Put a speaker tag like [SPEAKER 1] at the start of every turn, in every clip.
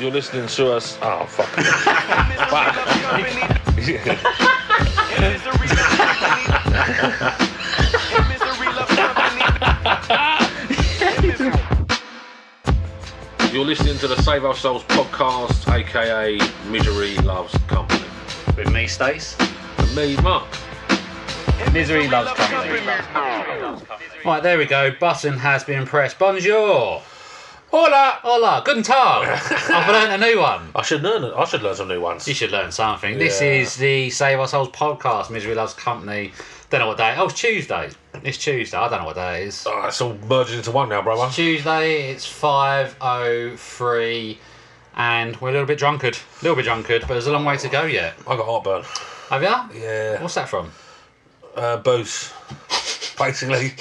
[SPEAKER 1] You're listening to us. Oh, fuck. fuck. You're listening to the Save Our Souls podcast, aka Misery Loves Company.
[SPEAKER 2] With me, Stace.
[SPEAKER 1] And me, Mark.
[SPEAKER 2] Misery loves company. Right, there we go. Button has been pressed. Bonjour. Hola. Hola. Guten Tag. I've learned a new one.
[SPEAKER 1] I should learn. I should learn some new ones.
[SPEAKER 2] You should learn something. This
[SPEAKER 1] Yeah.
[SPEAKER 2] is the Save Our Souls podcast, Misery Loves Company. Don't know what day. Oh, it's Tuesday. It's Tuesday. I don't know what day it is.
[SPEAKER 1] Oh, it's all merged into one now, brother.
[SPEAKER 2] Tuesday. It's 5.03 and we're a little bit drunkard. A little bit drunkard, but there's a long way to go yet.
[SPEAKER 1] I got heartburn.
[SPEAKER 2] Have you?
[SPEAKER 1] Yeah.
[SPEAKER 2] What's that from?
[SPEAKER 1] Uh, booze. Basically,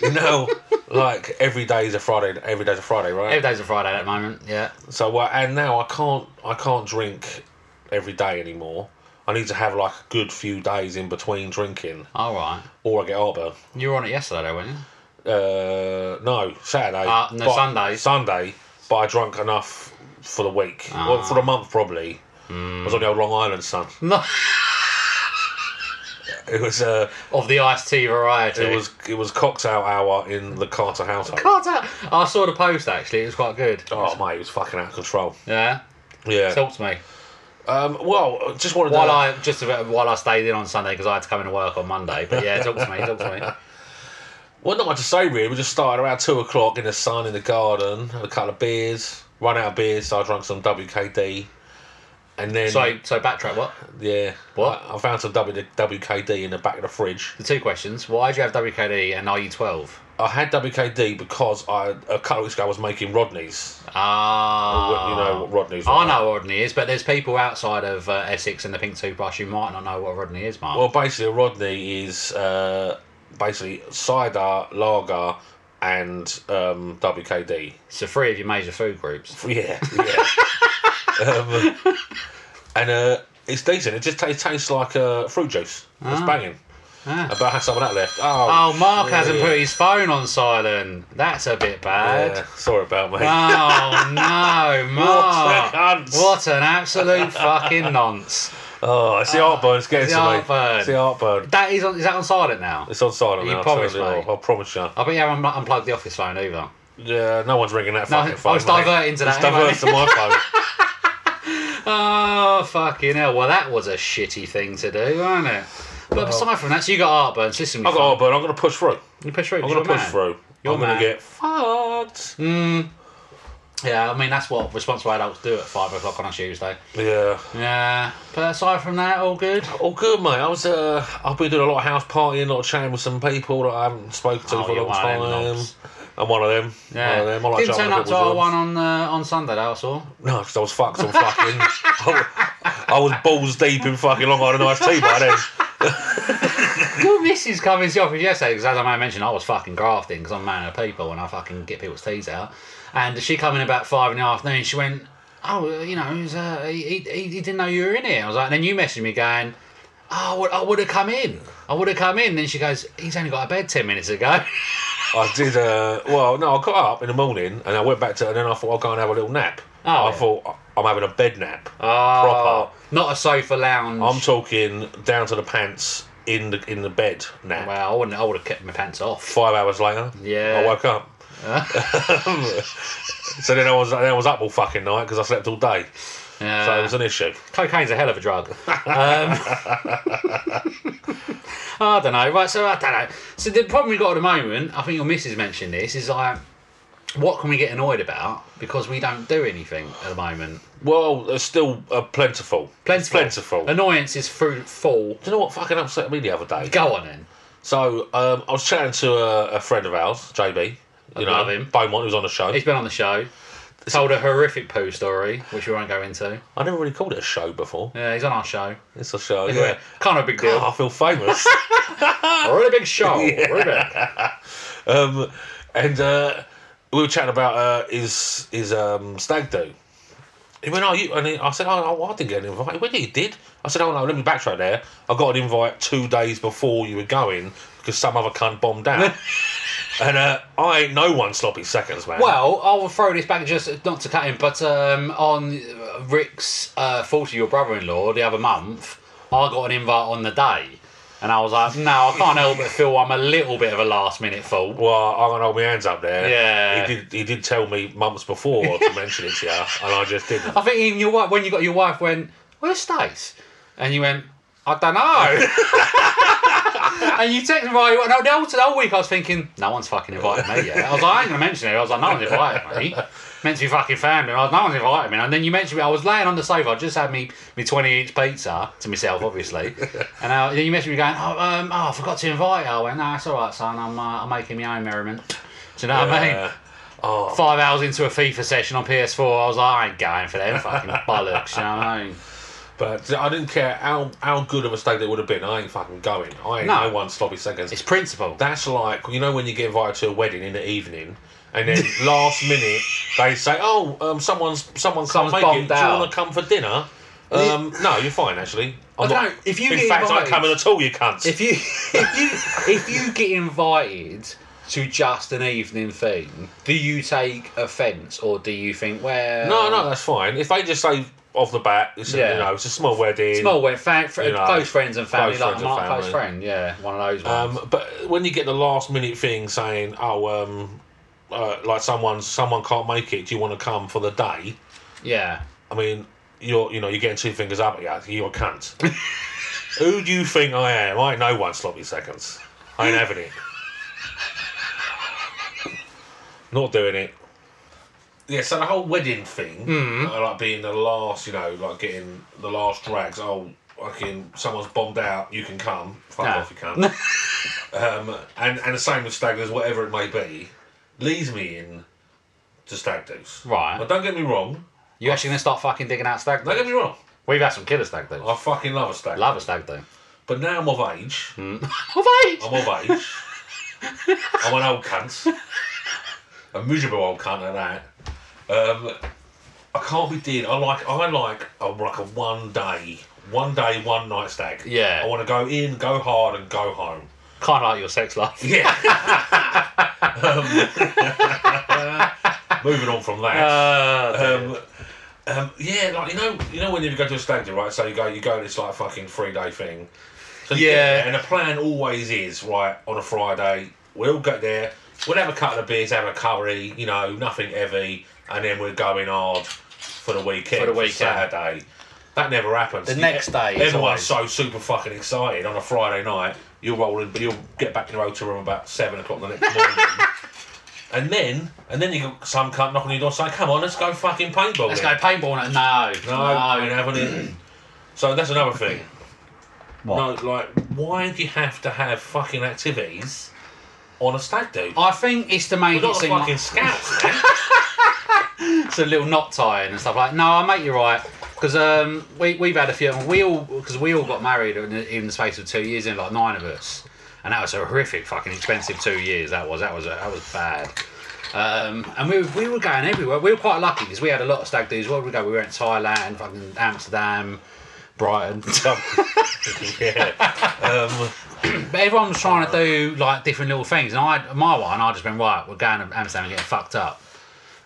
[SPEAKER 1] you know, like every day is a Friday. Every day's a Friday, right?
[SPEAKER 2] Every day's a Friday at the moment, yeah.
[SPEAKER 1] So uh, and now I can't I can't drink every day anymore. I need to have like a good few days in between drinking,
[SPEAKER 2] All right.
[SPEAKER 1] or I get heartburn.
[SPEAKER 2] You were on it yesterday, though, weren't you?
[SPEAKER 1] Uh, no, Saturday.
[SPEAKER 2] Ah, no,
[SPEAKER 1] But-
[SPEAKER 2] Sunday.
[SPEAKER 1] Sunday, but I drank enough for the week,
[SPEAKER 2] Ah.
[SPEAKER 1] well, for the month probably.
[SPEAKER 2] Hmm.
[SPEAKER 1] I was on the old Long Island, son.
[SPEAKER 2] No.
[SPEAKER 1] It was uh,
[SPEAKER 2] Of the iced tea variety.
[SPEAKER 1] it was it was cocktail hour in the Carter household.
[SPEAKER 2] Can't tell. I saw the post actually. It was quite good.
[SPEAKER 1] oh mate, it was fucking out of control.
[SPEAKER 2] Yeah.
[SPEAKER 1] Yeah.
[SPEAKER 2] Talk to me.
[SPEAKER 1] um, well, I just wanted
[SPEAKER 2] While
[SPEAKER 1] to.
[SPEAKER 2] I just about, while I stayed in on Sunday because I had to come into work on Monday. But yeah, talk to me. Talk to me.
[SPEAKER 1] Well, not much to say really. We just started around two o'clock in the sun in the garden, had a couple of beers, run out of beers, so I drank some WKD, and then
[SPEAKER 2] So so backtrack. What
[SPEAKER 1] yeah,
[SPEAKER 2] What?
[SPEAKER 1] I, I found some w, WKD in the back of the fridge.
[SPEAKER 2] the two questions? Why do you have WKD and are you twelve?
[SPEAKER 1] I had WKD because I a couple of weeks ago I was making Rodney's.
[SPEAKER 2] Ah.
[SPEAKER 1] You know what Rodney's?
[SPEAKER 2] I
[SPEAKER 1] are.
[SPEAKER 2] know what Rodney is, but there's people outside of uh, Essex and the Pink Toothbrush who might not know what Rodney is, Mark.
[SPEAKER 1] Well, basically, a Rodney is uh, basically cider, lager, and um, WKD.
[SPEAKER 2] so three of your major food groups.
[SPEAKER 1] Yeah, yeah. um, and uh, it's decent. It just ta- it tastes like uh, fruit juice. It's banging. About how some of that left. Oh,
[SPEAKER 2] Ah. Oh, Mark hasn't
[SPEAKER 1] shit.
[SPEAKER 2] put his phone on silent. That's a bit bad.
[SPEAKER 1] Yeah, sorry about me.
[SPEAKER 2] Oh no, Mark!
[SPEAKER 1] nonce.
[SPEAKER 2] What an absolute fucking nonce!
[SPEAKER 1] oh, it's the heartburn. It's getting
[SPEAKER 2] the
[SPEAKER 1] to me.
[SPEAKER 2] heartburn.
[SPEAKER 1] It's the heartburn.
[SPEAKER 2] That is on, is that on silent now?
[SPEAKER 1] It's on silent
[SPEAKER 2] You
[SPEAKER 1] now.
[SPEAKER 2] promise,
[SPEAKER 1] I
[SPEAKER 2] mate.
[SPEAKER 1] I promise you.
[SPEAKER 2] I bet you haven't un- unplugged the office phone either.
[SPEAKER 1] Yeah, no one's ringing that
[SPEAKER 2] No,
[SPEAKER 1] fucking
[SPEAKER 2] I
[SPEAKER 1] phone.
[SPEAKER 2] was
[SPEAKER 1] mate.
[SPEAKER 2] diverting to
[SPEAKER 1] It's
[SPEAKER 2] that anyway.
[SPEAKER 1] diverting to my phone.
[SPEAKER 2] Oh fucking hell! Well, that was a shitty thing to do, wasn't it? But aside from that, so you got heartburns. Listen,
[SPEAKER 1] I've got heartburn. I'm going to push through.
[SPEAKER 2] You push through.
[SPEAKER 1] I'm
[SPEAKER 2] 'cause
[SPEAKER 1] going to
[SPEAKER 2] you're
[SPEAKER 1] push
[SPEAKER 2] a man.
[SPEAKER 1] through.
[SPEAKER 2] You're
[SPEAKER 1] I'm going
[SPEAKER 2] mad.
[SPEAKER 1] to get fucked.
[SPEAKER 2] Yeah, I mean that's what responsible adults do at five o'clock on a Tuesday.
[SPEAKER 1] Yeah.
[SPEAKER 2] Yeah, but aside from that, all good.
[SPEAKER 1] All Oh, good, mate. I was uh, I've been doing a lot of house partying, a lot of chatting with some people that I haven't spoken to
[SPEAKER 2] Oh,
[SPEAKER 1] for a
[SPEAKER 2] you're
[SPEAKER 1] long
[SPEAKER 2] one of them
[SPEAKER 1] time.
[SPEAKER 2] knobs.
[SPEAKER 1] I'm one of them. One
[SPEAKER 2] Yeah,
[SPEAKER 1] of them. I like
[SPEAKER 2] didn't
[SPEAKER 1] chatting with
[SPEAKER 2] turn up to
[SPEAKER 1] people's
[SPEAKER 2] our one
[SPEAKER 1] jobs.
[SPEAKER 2] on uh, on Sunday. That was all.
[SPEAKER 1] No, because I was fucked. on fucking. I was- I was balls deep in fucking Long Island iced tea by then.
[SPEAKER 2] Your missus coming to the office yesterday because, as I may mention, I was fucking grafting because I'm a man of the people and I fucking get people's teas out. And she come in about five in the afternoon. She went, "Oh, uh, you know, he, was, uh, he, he, he didn't know you were in here." I was like, and then you messaged me going, "Oh, I would- I would have come in. I would have come in." Then she goes, "He's only got a bed ten minutes ago."
[SPEAKER 1] I did. Uh, well, no, I got up in the morning and I went back to, and then I thought I'll go and have a little nap.
[SPEAKER 2] Oh,
[SPEAKER 1] I
[SPEAKER 2] yeah.
[SPEAKER 1] thought I'm having a bed nap.
[SPEAKER 2] Oh,
[SPEAKER 1] Proper.
[SPEAKER 2] not a sofa lounge.
[SPEAKER 1] I'm talking down to the pants in the in the bed nap.
[SPEAKER 2] well, I wouldn't. I would have kept my pants off.
[SPEAKER 1] Five hours later,
[SPEAKER 2] Yeah.
[SPEAKER 1] I woke up. so then I was then I was up all fucking night because I slept all day. So it
[SPEAKER 2] Yeah.
[SPEAKER 1] was an issue.
[SPEAKER 2] Cocaine's a hell of a drug. Um, I don't know. Right, so I don't know. So the problem we've got at the moment, I think your missus mentioned this, is like, what can we get annoyed about? Because we don't do anything at the moment.
[SPEAKER 1] Well, there's still uh, plentiful.
[SPEAKER 2] Plentiful.
[SPEAKER 1] Plentiful. Do
[SPEAKER 2] Annoyance is through full.
[SPEAKER 1] you know what fucking upset me the other day?
[SPEAKER 2] Go on then.
[SPEAKER 1] So um, I was chatting to a, a friend of ours, JB. You know,
[SPEAKER 2] love him.
[SPEAKER 1] Beaumont, who's on the show.
[SPEAKER 2] He's been on the show. Told a horrific poo story, which we won't go into.
[SPEAKER 1] I never really called it a show before.
[SPEAKER 2] Yeah, he's on our show.
[SPEAKER 1] It's a show.
[SPEAKER 2] Yeah.
[SPEAKER 1] Yeah.
[SPEAKER 2] Kind of a big deal.
[SPEAKER 1] God, I feel famous.
[SPEAKER 2] A really big show. Really big.
[SPEAKER 1] um, and uh, we were chatting about uh, his his um, stag do. He went, "Oh, you?" And he, I said, "Oh, no, I didn't get an invite." He went, "Yeah, you did." I said, "Oh no, let me backtrack there. I got an invite two days before you were going because some other cunt bombed out." and uh, I ain't no one sloppy seconds, man.
[SPEAKER 2] Well, I will throw this back just not to cut him, but um, on Rick's uh, fault of your brother-in-law the other month, I got an invite on the day, and I was like, no, I can't help but feel I'm a little bit of a last-minute fool.
[SPEAKER 1] Well, I'm gonna hold my hands up there.
[SPEAKER 2] Yeah.
[SPEAKER 1] he did. He did tell me months before to mention it to you, and I just didn't.
[SPEAKER 2] I think even your wife, when you got your wife, went, where's Stace? And you went, I don't know. and you texted me, right, no, the whole, the whole week I was thinking, no one's fucking invited me yet. I was like, I ain't going to mention it. I was like, no one's invited me. Meant to be fucking family. I was, no one's invited me. And then you mentioned me, I was laying on the sofa, I just had me, me 20 inch pizza to myself, obviously. and uh, then you mentioned me going, oh, um, oh, I forgot to invite you. I went, no, it's all right, son. I'm, uh, I'm making my own merriment. Do you know what I mean? five hours into a FIFA session on PS4, I was like, I ain't going for them fucking bollocks, you know what I mean?
[SPEAKER 1] But I didn't care how how good of a stag it would have been. I ain't fucking going. I ain't
[SPEAKER 2] No.
[SPEAKER 1] no, one sloppy seconds.
[SPEAKER 2] It's principle.
[SPEAKER 1] That's like you know when you get invited to a wedding in the evening, and then last minute they say, "Oh, um, someone's someone can't
[SPEAKER 2] Someone's
[SPEAKER 1] make
[SPEAKER 2] bombed
[SPEAKER 1] it. Do you
[SPEAKER 2] out."
[SPEAKER 1] want to come for dinner?" Um, no, you're fine actually. I'm
[SPEAKER 2] I
[SPEAKER 1] not,
[SPEAKER 2] don't- if you
[SPEAKER 1] in
[SPEAKER 2] get
[SPEAKER 1] fact, I'm
[SPEAKER 2] invited-
[SPEAKER 1] coming at all, you cunts.
[SPEAKER 2] If you if you if you get invited to just an evening thing, do you take offence or do you think, well,
[SPEAKER 1] no, no, that's fine. If they just say off the bat, it's,
[SPEAKER 2] Yeah.
[SPEAKER 1] you know, it's a small wedding.
[SPEAKER 2] Small when fa- fr-
[SPEAKER 1] You know,
[SPEAKER 2] close friends and family,
[SPEAKER 1] close
[SPEAKER 2] like
[SPEAKER 1] friends
[SPEAKER 2] my
[SPEAKER 1] and
[SPEAKER 2] close
[SPEAKER 1] family.
[SPEAKER 2] friend, yeah, one of those ones.
[SPEAKER 1] Um, but when you get the last minute thing saying, "Oh, um, uh, like someone someone can't make it. Do you want to come for the day?"
[SPEAKER 2] yeah,
[SPEAKER 1] I mean, you're you know you're getting two fingers up at you. You're a cunt. Who do you think I am? I ain't no one sloppy seconds. I ain't having it. Not doing it. Yeah, so the whole wedding thing, uh, like being the last, you know, like getting the last drags. Oh, fucking someone's bombed out. You can come. Fuck
[SPEAKER 2] No.
[SPEAKER 1] off, you cunt. um, and and the same with staggers, whatever it may be, leads me in to stag do's.
[SPEAKER 2] Right.
[SPEAKER 1] But don't get me wrong.
[SPEAKER 2] you actually gonna start fucking digging out stag?
[SPEAKER 1] Don't
[SPEAKER 2] do?
[SPEAKER 1] get me wrong.
[SPEAKER 2] We've had some killer stag do.
[SPEAKER 1] I fucking love a stag.
[SPEAKER 2] Love a Hmm. stag do.
[SPEAKER 1] But now I'm of age.
[SPEAKER 2] Of age.
[SPEAKER 1] I'm of age. I'm an old cunt. A miserable old cunt at that. Um, I can't be dealing. I like. I like. a like a one day, one day, one night stag.
[SPEAKER 2] Yeah.
[SPEAKER 1] I want to go in, go hard, and go home.
[SPEAKER 2] Kind of like your sex life.
[SPEAKER 1] Yeah. um, moving on from that.
[SPEAKER 2] Ah,
[SPEAKER 1] um, um, yeah, like you know, you know when you go to a stag do, right? So you go, you go, and it's like a fucking three day thing. So you get
[SPEAKER 2] Yeah.
[SPEAKER 1] there, and the plan always is right on a Friday. We'll go there. We'll have a couple of beers, have a curry, you know, nothing heavy, and then we're going hard for the weekend.
[SPEAKER 2] For the weekend.
[SPEAKER 1] Saturday. That never happens. E-
[SPEAKER 2] The next day is
[SPEAKER 1] everyone's
[SPEAKER 2] always-
[SPEAKER 1] so super fucking excited on a Friday night. You're rolling, but you'll get back in your hotel room about seven o'clock the next morning. And then, and then you got some cunt knocking on your door saying, "Come on, let's go fucking paintball."
[SPEAKER 2] Let's
[SPEAKER 1] then."
[SPEAKER 2] go paintball. No,
[SPEAKER 1] No, I ain't having it. so that's another thing. No, like, why do you have to have fucking activities on a stag do?
[SPEAKER 2] I think it's to make
[SPEAKER 1] We're
[SPEAKER 2] it
[SPEAKER 1] not the fucking
[SPEAKER 2] seem like
[SPEAKER 1] scouts. man.
[SPEAKER 2] it's a little knot tying and stuff like. No, I mate, you're right. Because um, we we've had a few. We all because we all got married in the, in the space of two years, in like nine of us, and that was a horrific, fucking expensive two years. That was that was that was bad. Um, and we, we were going everywhere. We were quite lucky because we had a lot of stag do's. Where did we go? We went to Thailand, fucking Amsterdam, Brighton.
[SPEAKER 1] yeah. Um,
[SPEAKER 2] But everyone was trying to do like different little things, and I my one I just went right. We're going to Amsterdam and getting fucked up,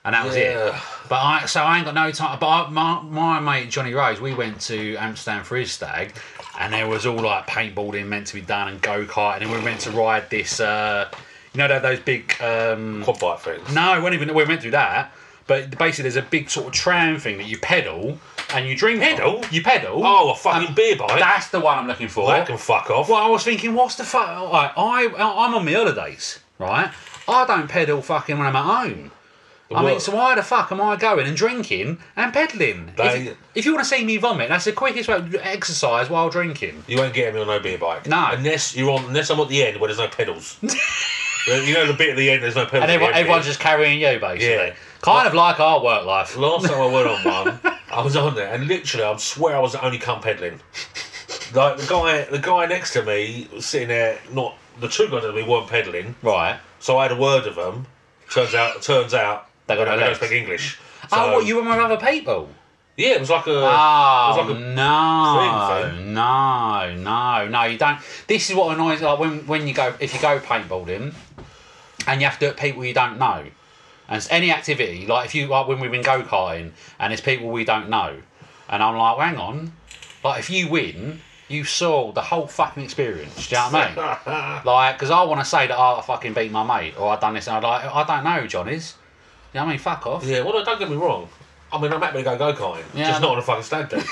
[SPEAKER 2] and that was it.
[SPEAKER 1] Yeah.
[SPEAKER 2] But I so I ain't got no time. But I, my my mate Johnny Rose, we went to Amsterdam for his stag, and there was all like paintballing meant to be done and go kart, and then we went to ride this. Uh, You know, they have those big. Um,
[SPEAKER 1] Quad bike things.
[SPEAKER 2] no, we weren't even. We went through that. But basically, there's a big sort of tram thing that you pedal and you drink. from.
[SPEAKER 1] Pedal?
[SPEAKER 2] You pedal.
[SPEAKER 1] Oh, a fucking
[SPEAKER 2] Um,
[SPEAKER 1] beer bike.
[SPEAKER 2] That's the one I'm looking for.
[SPEAKER 1] Well, that can fuck off.
[SPEAKER 2] Well, I was thinking, what's the fuck? I, I, I'm on my holidays, right? I don't pedal fucking when I'm at home. I mean,
[SPEAKER 1] What?
[SPEAKER 2] so why the fuck am I going and drinking and peddling?
[SPEAKER 1] They-
[SPEAKER 2] If, if you want to see me vomit, that's the quickest way to exercise while drinking.
[SPEAKER 1] You won't get me on no beer bike.
[SPEAKER 2] No.
[SPEAKER 1] Unless you're on unless I'm at the end where there's no pedals. you know the bit at the end there's no pedals.
[SPEAKER 2] And
[SPEAKER 1] at
[SPEAKER 2] everyone,
[SPEAKER 1] the end
[SPEAKER 2] everyone's
[SPEAKER 1] bit.
[SPEAKER 2] just carrying you, basically.
[SPEAKER 1] Yeah.
[SPEAKER 2] Kind of like our work life.
[SPEAKER 1] last time I went on one, I was on there and literally I swear I was the only cum peddling. Like the guy the guy next to me was sitting there not the two guys that we weren't peddling.
[SPEAKER 2] Right.
[SPEAKER 1] So I had a word of them. Turns out turns out
[SPEAKER 2] They got no
[SPEAKER 1] they don't
[SPEAKER 2] legs.
[SPEAKER 1] speak English.
[SPEAKER 2] oh,
[SPEAKER 1] So-
[SPEAKER 2] what, you were with other people?
[SPEAKER 1] Yeah, it was like a
[SPEAKER 2] Oh,
[SPEAKER 1] it was like a
[SPEAKER 2] no,
[SPEAKER 1] thing.
[SPEAKER 2] no, no, no, you don't. This is what annoys, like, when, when you go, if you go paintballing and you have to do it with people you don't know. And it's any activity, like if you, like when we've been go karting and it's people we don't know. And I'm like, well, hang on, like if you win, you saw the whole fucking experience. Do you know what I mean? Like, because I want to say that oh, I fucking beat my mate, or I done this, and I like, I don't know, Johnny's. You know what I mean? Fuck off.
[SPEAKER 1] Yeah, well, no, don't get me wrong. I mean, I'm happy to go go karting,
[SPEAKER 2] Yeah, I
[SPEAKER 1] just
[SPEAKER 2] know.
[SPEAKER 1] not on a fucking stag do. like,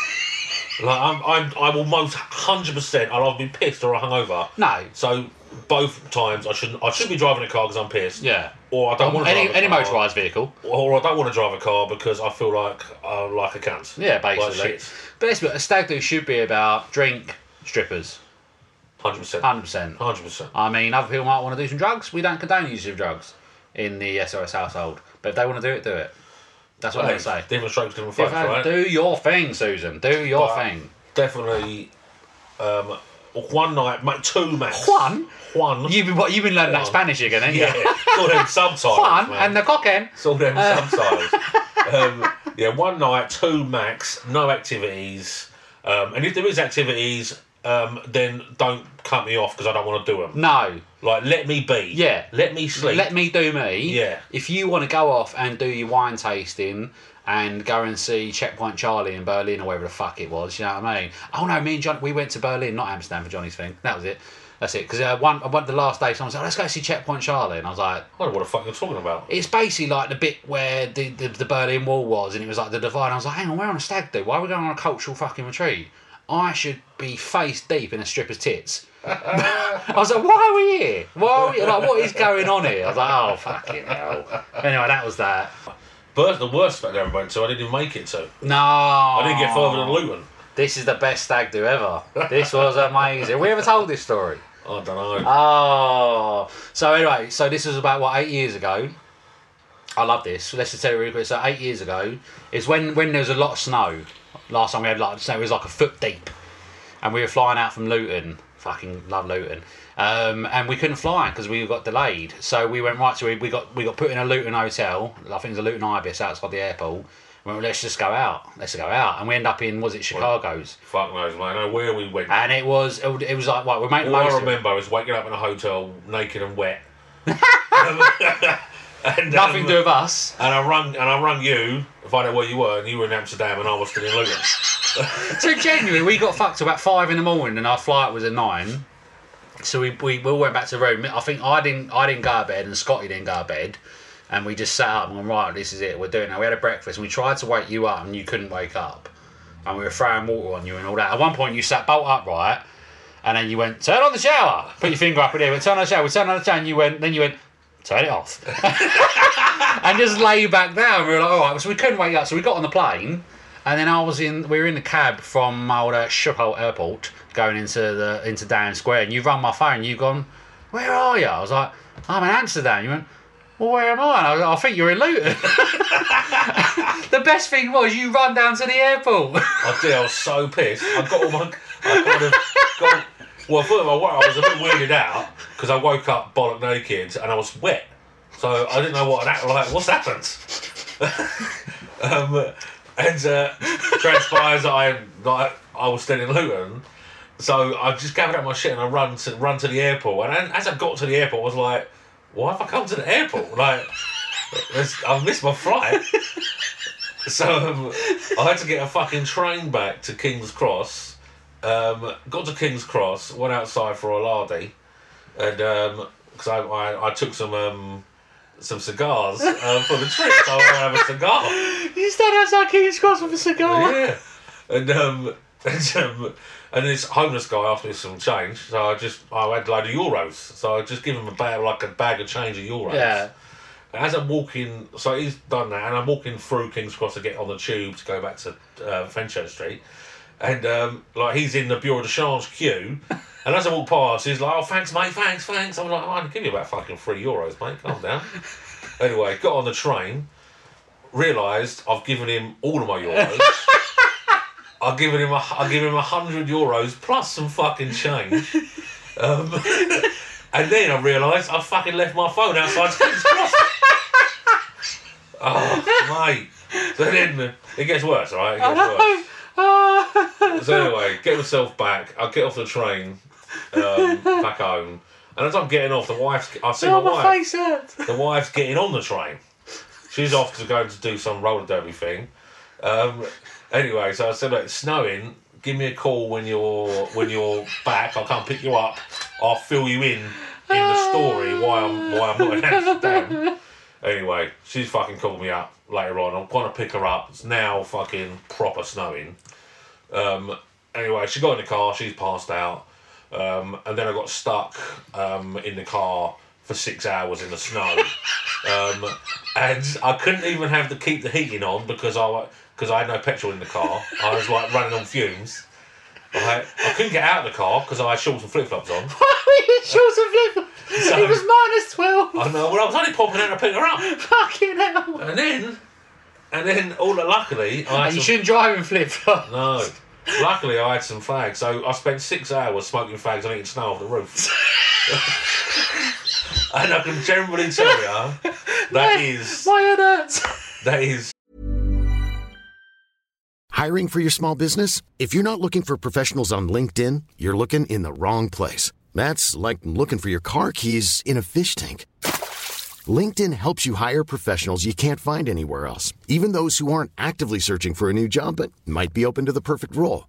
[SPEAKER 1] I'm, I'm, I will most hundred percent. I'll either be pissed or hungover.
[SPEAKER 2] No.
[SPEAKER 1] So both times, I should I should be driving a car because I'm pissed.
[SPEAKER 2] Yeah.
[SPEAKER 1] Or I don't want to
[SPEAKER 2] any
[SPEAKER 1] drive a
[SPEAKER 2] any
[SPEAKER 1] car.
[SPEAKER 2] motorised vehicle.
[SPEAKER 1] Or I don't want to drive a car because I feel like uh, like a cunt.
[SPEAKER 2] Yeah, basically.
[SPEAKER 1] Like
[SPEAKER 2] but it's, a stag do should be about drink, strippers,
[SPEAKER 1] hundred percent.
[SPEAKER 2] hundred percent.
[SPEAKER 1] Hundred percent.
[SPEAKER 2] I mean, other people might want to do some drugs. We don't condone the use of drugs in the SRS household, but if they want to do it, do it. That's what I'm gonna say.
[SPEAKER 1] Different strokes, different folks,
[SPEAKER 2] If I-
[SPEAKER 1] right?
[SPEAKER 2] Do your thing, Susan. Do your
[SPEAKER 1] But
[SPEAKER 2] thing.
[SPEAKER 1] Definitely. Um, one night, ma- two max.
[SPEAKER 2] Juan?
[SPEAKER 1] One.
[SPEAKER 2] You've been what you've been learning that
[SPEAKER 1] Juan.
[SPEAKER 2] Spanish again, haven't you?
[SPEAKER 1] Yeah. it's all them subtitles.
[SPEAKER 2] Juan
[SPEAKER 1] man.
[SPEAKER 2] and the Uh. cocken.
[SPEAKER 1] It's all them subtitles. um, yeah, one night, two max, no activities. Um, and if there is activities, um, then don't cut me off because I don't want to do them.
[SPEAKER 2] No.
[SPEAKER 1] Like, let me be.
[SPEAKER 2] Yeah.
[SPEAKER 1] Let me sleep.
[SPEAKER 2] Let me do me.
[SPEAKER 1] Yeah.
[SPEAKER 2] If you want to go off and do your wine tasting and go and see Checkpoint Charlie in Berlin or wherever the fuck it was, you know what I mean? Oh no, me and John, we went to Berlin, not Amsterdam for Johnny's thing. That was it. That's it. Because uh, one, one, the last day, someone said, oh, let's go see Checkpoint Charlie. And I was like,
[SPEAKER 1] I don't know what the fuck you're talking about.
[SPEAKER 2] it's basically like the bit where the, the, the Berlin Wall was, and it was like the divide. I was like, hang on, we're on a stag do. Why are we going on a cultural fucking retreat? I should be face deep in a stripper's tits. I was like, why are we here? Why are we, like, what is going on here? I was like, oh, fucking hell. Anyway, that was that.
[SPEAKER 1] Bur's the worst back there, mate, so I didn't even make it to.
[SPEAKER 2] No.
[SPEAKER 1] I didn't get
[SPEAKER 2] Oh.
[SPEAKER 1] further than Luton.
[SPEAKER 2] This is the best stag do ever. This was amazing. we ever told this story?
[SPEAKER 1] I don't know.
[SPEAKER 2] Uh. Oh, so anyway, so this was about what eight years ago. I love this. Let's just tell you really quick. So eight years ago is when when there was a lot of snow. Last time we had like snow, it was like a foot deep, and we were flying out from Luton. Fucking love Luton. Um, and we couldn't fly because we got delayed. So we went right. So we, we got we got put in a Luton hotel. I think it was a Luton Ibis outside the airport. We went, let's just go out. Let's go out. And we end up in was it Chicago's?
[SPEAKER 1] fuck knows, mate. I know where we went.
[SPEAKER 2] And it was it was like right, we're making
[SPEAKER 1] All I
[SPEAKER 2] most of it.
[SPEAKER 1] remember is waking up in a hotel naked and um, wet. and,
[SPEAKER 2] nothing
[SPEAKER 1] um,
[SPEAKER 2] to do with us.
[SPEAKER 1] And I rung and I rung you to find out where you were, and you were in Amsterdam, and I was still in Luton.
[SPEAKER 2] So genuinely, we got fucked about five in the morning, and our flight was at nine. So we, we, we all went back to the room. I think I didn't I didn't go to bed, and Scotty didn't go to bed, and we just sat up and went right. This is it. We're doing it. We had a breakfast, and we tried to wake you up, and you couldn't wake up, and we were throwing water on you and all that. At one point, you sat bolt upright, and then you went turn on the shower. Put your finger up in there. Went turn on the shower. We turned on the shower. And you went. Then you went turn it off, and just lay back down. We were like, all right. So we couldn't wake up. So we got on the plane. And then I was in. We were in the cab from my old uh, Schiphol Airport, going into the into Down Square, and you rung my phone. You've gone, where are you? I was like, I'm in Amsterdam. You went, well, where am I? And I, was like, I think you're in Luton. the best thing was you run down to the airport.
[SPEAKER 1] I did. I was so pissed. I got all my. I kind of got. Well, first of all, I was a bit weirded out because I woke up bollock naked and I was wet, so I didn't know what an act like. What's happened? um, and uh, transpires that I that I was still in Luton, so I just gathered up my shit and I run to run to the airport. And as I got to the airport, I was like, "Why have I come to the airport? Like, there's- I've missed my flight." So um, I had to get a fucking train back to King's Cross. Um, got to King's Cross, went outside for a lardy, and um, because I, I I took some um some cigars uh, for the trip. so I want to have a cigar.
[SPEAKER 2] You stand outside King's Cross with a cigar.
[SPEAKER 1] Yeah. And um, and um, and this homeless guy asked me some change, so I just I had a load of euros, so I just give him a bag like a bag of change of euros.
[SPEAKER 2] Yeah.
[SPEAKER 1] And As I'm walking, so he's done that, and I'm walking through King's Cross to get on the tube to go back to uh, Fenchurch Street, and um, like he's in the Bureau de Change queue, and as I walk past, he's like, "Oh, thanks, mate, thanks, thanks." I'm like, oh, "I'll give you about fucking three euros, mate. Calm down." anyway, got on the train, realised I've given him all of my euros. I've given him a, I've given him a hundred euros plus some fucking change. Um, and then I realised I fucking left my phone outside King's Cross. oh, mate. So then it gets worse, all right? It gets worse. so anyway, get myself back. I get off the train um, back home. And as I'm getting off, the wife's. I see
[SPEAKER 2] Oh,
[SPEAKER 1] my
[SPEAKER 2] my
[SPEAKER 1] wife
[SPEAKER 2] face hurts.
[SPEAKER 1] the wife's getting on the train. She's off to go to do some roller derby thing. Um, anyway, so I said, Look, it's snowing. Give me a call when you're when you're back. I'll come pick you up. I'll fill you in in the story why I'm why I'm not in Amsterdam. Anyway, she's fucking called me up later on. I'm going to pick her up. It's now fucking proper snowing. Um, anyway, she got in the car. She's passed out. Um, and then I got stuck um, in the car for six hours in the snow. um, and I couldn't even have to keep the heating on because I because I had no petrol in the car. I was like running on fumes. Right? I couldn't get out of the car because I had shorts and flip flops on.
[SPEAKER 2] Shorts and flip.
[SPEAKER 1] So-
[SPEAKER 2] It was minus twelve.
[SPEAKER 1] I know. Well, I was only popping out to pick her up,
[SPEAKER 2] Fucking hell.
[SPEAKER 1] and then and then all luckily I had
[SPEAKER 2] And you
[SPEAKER 1] some-
[SPEAKER 2] shouldn't drive in flip flops.
[SPEAKER 1] No. Luckily, I had some fags, so I spent six hours smoking fags and eating snow off the roof. and I can generally tell you that is
[SPEAKER 2] My head hurts.
[SPEAKER 1] that is
[SPEAKER 3] Hiring for your small business? If you're not looking for professionals on LinkedIn, you're looking in the wrong place. That's like looking for your car keys in a fish tank. LinkedIn helps you hire professionals you can't find anywhere else, even those who aren't actively searching for a new job but might be open to the perfect role.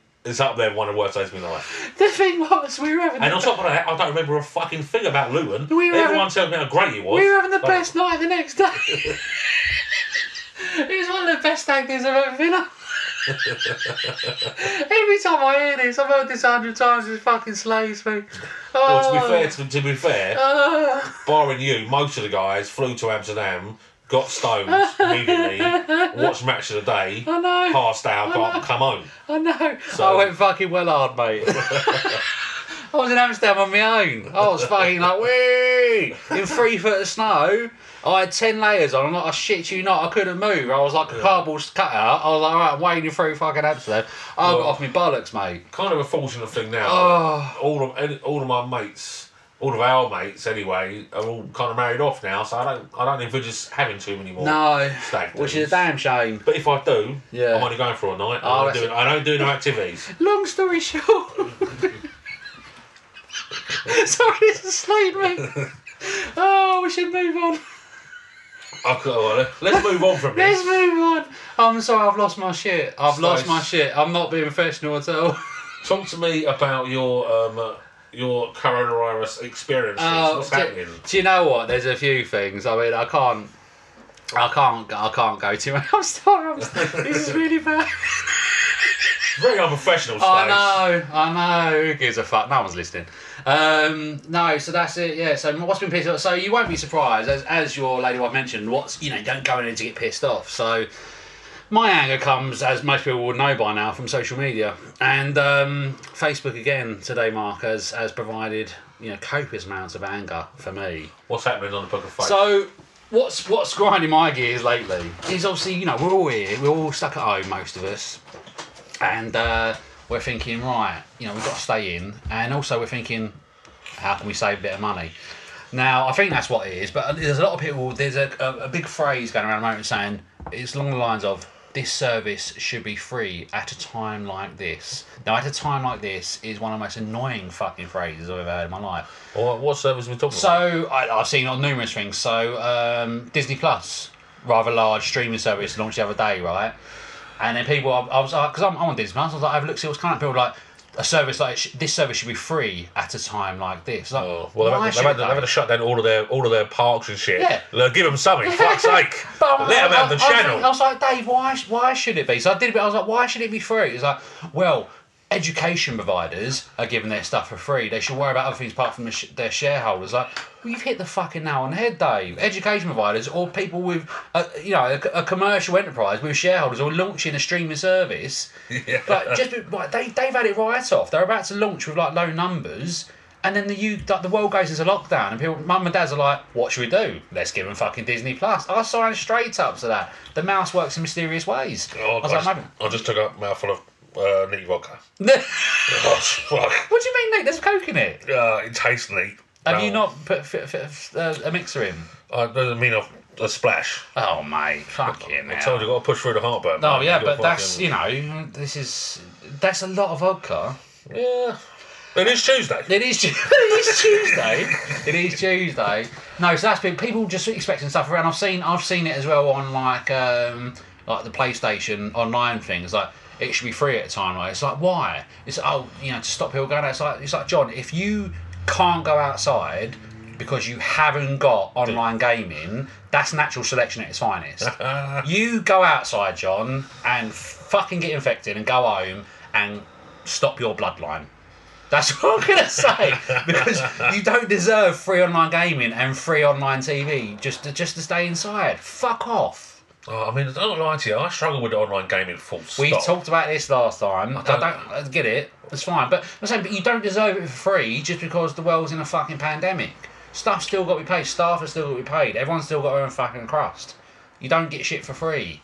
[SPEAKER 1] it's up there one of the worst days of my life.
[SPEAKER 2] The thing was, we were having
[SPEAKER 1] And
[SPEAKER 2] the,
[SPEAKER 1] on top of that, I don't remember a fucking thing about Luton.
[SPEAKER 2] We were
[SPEAKER 1] Everyone
[SPEAKER 2] having-
[SPEAKER 1] tells me how great it was.
[SPEAKER 2] we were having the
[SPEAKER 1] Like,
[SPEAKER 2] best night the next day. it was one of the best actors I've ever been on. Every time I hear this, I've heard this a hundred times. It fucking slays me.
[SPEAKER 1] Well, to be
[SPEAKER 2] Oh.
[SPEAKER 1] fair, to, to be fair,
[SPEAKER 2] Oh.
[SPEAKER 1] barring you, most of the guys flew to Amsterdam, got stoned immediately, watched match of the day,
[SPEAKER 2] I know.
[SPEAKER 1] passed out, got come home.
[SPEAKER 2] I know.
[SPEAKER 1] So-
[SPEAKER 2] I went fucking well hard, mate. I was in Amsterdam on my own. I was fucking like, wee! In three foot of snow, I had 10 layers on. I'm like, I shit you not, I couldn't move. I was like a cardboard cutout. I was like, right, I'm wading through fucking Amsterdam. I got off my bollocks, mate.
[SPEAKER 1] kind of a fortunate thing now.
[SPEAKER 2] Ah.
[SPEAKER 1] All of and all of my mates, all of our mates anyway, are all kind of married off now, so I don't I don't envisage us having too many more.
[SPEAKER 2] No.
[SPEAKER 1] Stag
[SPEAKER 2] Which
[SPEAKER 1] do's.
[SPEAKER 2] is a damn shame.
[SPEAKER 1] But if I do,
[SPEAKER 2] Yeah.
[SPEAKER 1] I'm only going for a night.
[SPEAKER 2] Oh,
[SPEAKER 1] I, don't
[SPEAKER 2] that's
[SPEAKER 1] do,
[SPEAKER 2] it.
[SPEAKER 1] I don't do no activities.
[SPEAKER 2] Long story short. Sorry, this has slayed me. Oh, we should move on.
[SPEAKER 1] I could, well, let's move on from
[SPEAKER 2] Let's
[SPEAKER 1] this.
[SPEAKER 2] move on. I'm sorry, I've lost my shit. I've lost my
[SPEAKER 1] Nice.
[SPEAKER 2] shit. I'm not being professional at all.
[SPEAKER 1] Talk to me about your um, your coronavirus experiences.
[SPEAKER 2] Oh,
[SPEAKER 1] What's
[SPEAKER 2] do,
[SPEAKER 1] happening?
[SPEAKER 2] do you know what? There's a few things. I mean, I can't. I can't. I can't go too much. I'm sorry. I'm, this is really bad.
[SPEAKER 1] Very unprofessional space.
[SPEAKER 2] I know. I know. Who gives a fuck? Oh, No one's listening. Um, no, so that's it. Yeah. So what's been pissed off? So you won't be surprised, as as your lady wife mentioned. What's you know? Don't go in there to get pissed off. So my anger comes, as most people would know by now, from social media and um, Facebook again today. Mark has has provided you know copious amounts of anger for me.
[SPEAKER 1] What's happening on the book of fate?
[SPEAKER 2] So what's what's grinding my gears lately is obviously you know we're all here, we're all stuck at home, most of us, and uh, we're thinking right, you know we've got to stay in, and also we're thinking how can we save a bit of money. Now I think that's what it is, but there's a lot of people. There's a, a, a big phrase going around at the moment saying it's along the lines of this service should be free at a time like this. Now at a time like this is one of the most annoying fucking phrases I've ever heard in my life.
[SPEAKER 1] Or what service are we talking about?
[SPEAKER 2] So I, I've seen on numerous things. So um, Disney Plus, rather large streaming service, launched the other day, right? And then people, I, I was like, because I'm, I'm on Disney Plus, I was like, I've looked, see what's coming. People were like a service like sh- this service should be free at a time like this. Like,
[SPEAKER 1] Oh, well, they've,
[SPEAKER 2] why
[SPEAKER 1] had, they've,
[SPEAKER 2] should
[SPEAKER 1] had,
[SPEAKER 2] they?
[SPEAKER 1] they've had to shut down all of their all of their parks and shit.
[SPEAKER 2] Yeah.
[SPEAKER 1] Like, give them something, fuck's sake.
[SPEAKER 2] But I'm-
[SPEAKER 1] Let them have the
[SPEAKER 2] I- I was
[SPEAKER 1] channel.
[SPEAKER 2] thinking- I was like, Dave, why, sh- why should it be? So I did a bit. I was like, why should it be free? He's like, well, education providers are giving their stuff for free. They should worry about other things apart from the sh- their shareholders. Like, well, you've hit the fucking nail on the head, Dave. Education providers or people with, a, you know, a, a commercial enterprise with shareholders or launching a streaming service. Like, just be- like they, they've had it right off. They're about to launch with like low numbers. And then the you like, the world goes into lockdown, and people, mum and dads are like, "What should we do? Let's give them fucking Disney Plus." I signed straight up to that. The mouse works in mysterious ways.
[SPEAKER 1] Oh,
[SPEAKER 2] I was
[SPEAKER 1] I,
[SPEAKER 2] like,
[SPEAKER 1] just, I just took a mouthful of uh, neat vodka.
[SPEAKER 2] "Mum,
[SPEAKER 1] oh, fuck.
[SPEAKER 2] what do you mean, Nick? There's coke in it.
[SPEAKER 1] Uh, it tastes neat.
[SPEAKER 2] Have
[SPEAKER 1] No.
[SPEAKER 2] you not put fi fi f- uh, a mixer in?"
[SPEAKER 1] I doesn't mean a, a splash.
[SPEAKER 2] Oh mate, fucking
[SPEAKER 1] I told you, got to push through the heartburn.
[SPEAKER 2] Oh
[SPEAKER 1] man.
[SPEAKER 2] yeah,
[SPEAKER 1] You gotta
[SPEAKER 2] but that's
[SPEAKER 1] fucking-
[SPEAKER 2] you know, this is that's a lot of vodka.
[SPEAKER 1] yeah. It is Tuesday.
[SPEAKER 2] It is, Tu- it is Tuesday. It is Tuesday. No, so that's been people just expecting stuff around. I've seen I've seen it as well on like um, like the PlayStation online things. Like it should be free at a time. Like it's like why? It's oh you know to stop people going out. It's like it's like John, if you can't go outside because you haven't got online gaming, that's natural selection at its finest. you go outside, John, and fucking get infected and go home and stop your bloodline. That's what I'm gonna say because you don't deserve free online gaming and free online TV just to, just to stay inside. Fuck off.
[SPEAKER 1] Oh, I mean, I don't lie to you. I struggle with online gaming. Full stop.
[SPEAKER 2] We talked about this last time. I don't, I get it. It's fine, but I'm saying, but you don't deserve it for free just because the world's in a fucking pandemic. Stuff's still got to be paid. Staff has still got to be paid. Everyone's still got their own fucking crust. You don't get shit for free.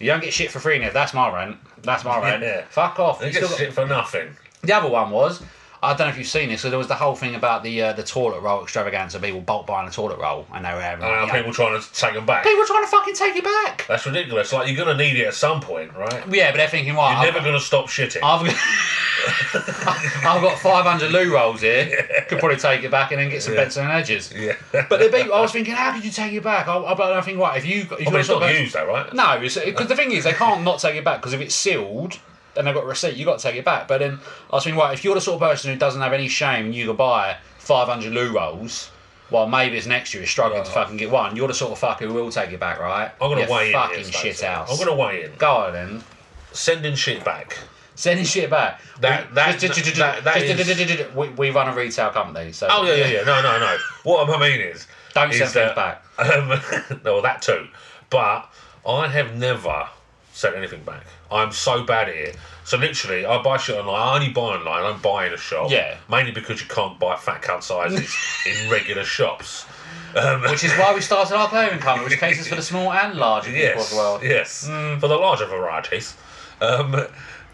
[SPEAKER 2] You don't get shit for free now. That's my rent. That's my rent.
[SPEAKER 1] Yeah.
[SPEAKER 2] Fuck off.
[SPEAKER 1] They
[SPEAKER 2] You
[SPEAKER 1] get
[SPEAKER 2] still got-
[SPEAKER 1] shit for nothing.
[SPEAKER 2] The other one was I don't know if you've seen this, so there was the whole thing about the uh, the toilet roll extravaganza. People bulk buying a toilet roll, and they were having
[SPEAKER 1] And
[SPEAKER 2] yeah.
[SPEAKER 1] Oh, Uh, people trying to take them back.
[SPEAKER 2] People were trying to fucking take it back.
[SPEAKER 1] That's ridiculous. Like you're gonna need it at some point, right?
[SPEAKER 2] Yeah, but they're thinking, right,
[SPEAKER 1] You're
[SPEAKER 2] I've,
[SPEAKER 1] never gonna stop shitting.
[SPEAKER 2] I've got, I've got 500 loo rolls here. Could probably take it back and then get some beds and edges. Yeah. but the people, I was thinking, how could you take it back? I, I, but I think, right, if you, if
[SPEAKER 1] I
[SPEAKER 2] you've
[SPEAKER 1] mean, it's
[SPEAKER 2] got
[SPEAKER 1] not
[SPEAKER 2] a-
[SPEAKER 1] used though, right?
[SPEAKER 2] No, because the thing is, they can't not take it back because if it's sealed and they've got a receipt, you've got to take it back. But then I was thinking, right, if you're the sort of person who doesn't have any shame and you could buy 500 loo rolls, while maybe it's next year is struggling to fucking get one, you're the sort of fucker who will take it back, right?
[SPEAKER 1] I'm gonna
[SPEAKER 2] You
[SPEAKER 1] weigh in.
[SPEAKER 2] fucking
[SPEAKER 1] here, Stacey.
[SPEAKER 2] shit house.
[SPEAKER 1] I'm gonna weigh in.
[SPEAKER 2] Go on then.
[SPEAKER 1] Sending shit back.
[SPEAKER 2] Sending shit back.
[SPEAKER 1] That-
[SPEAKER 2] We-
[SPEAKER 1] that-
[SPEAKER 2] just- just-
[SPEAKER 1] that- that
[SPEAKER 2] just-
[SPEAKER 1] is-
[SPEAKER 2] just- we- We run a retail company, so.
[SPEAKER 1] Oh yeah, yeah, yeah. No, no, no. What I mean is,
[SPEAKER 2] Don't
[SPEAKER 1] is
[SPEAKER 2] send things back.
[SPEAKER 1] Um, no, well, that too. But I have never sent anything back. I'm so bad at it. So literally, I buy shit online. I only buy online. I don't buy in a shop.
[SPEAKER 2] Yeah.
[SPEAKER 1] Mainly because you can't buy fat cunt sizes in regular shops. Um,
[SPEAKER 2] Which is why we started our clothing company, which caters for the small and large people
[SPEAKER 1] yes,
[SPEAKER 2] as well.
[SPEAKER 1] yes,
[SPEAKER 2] Mm.
[SPEAKER 1] for the larger varieties. Um,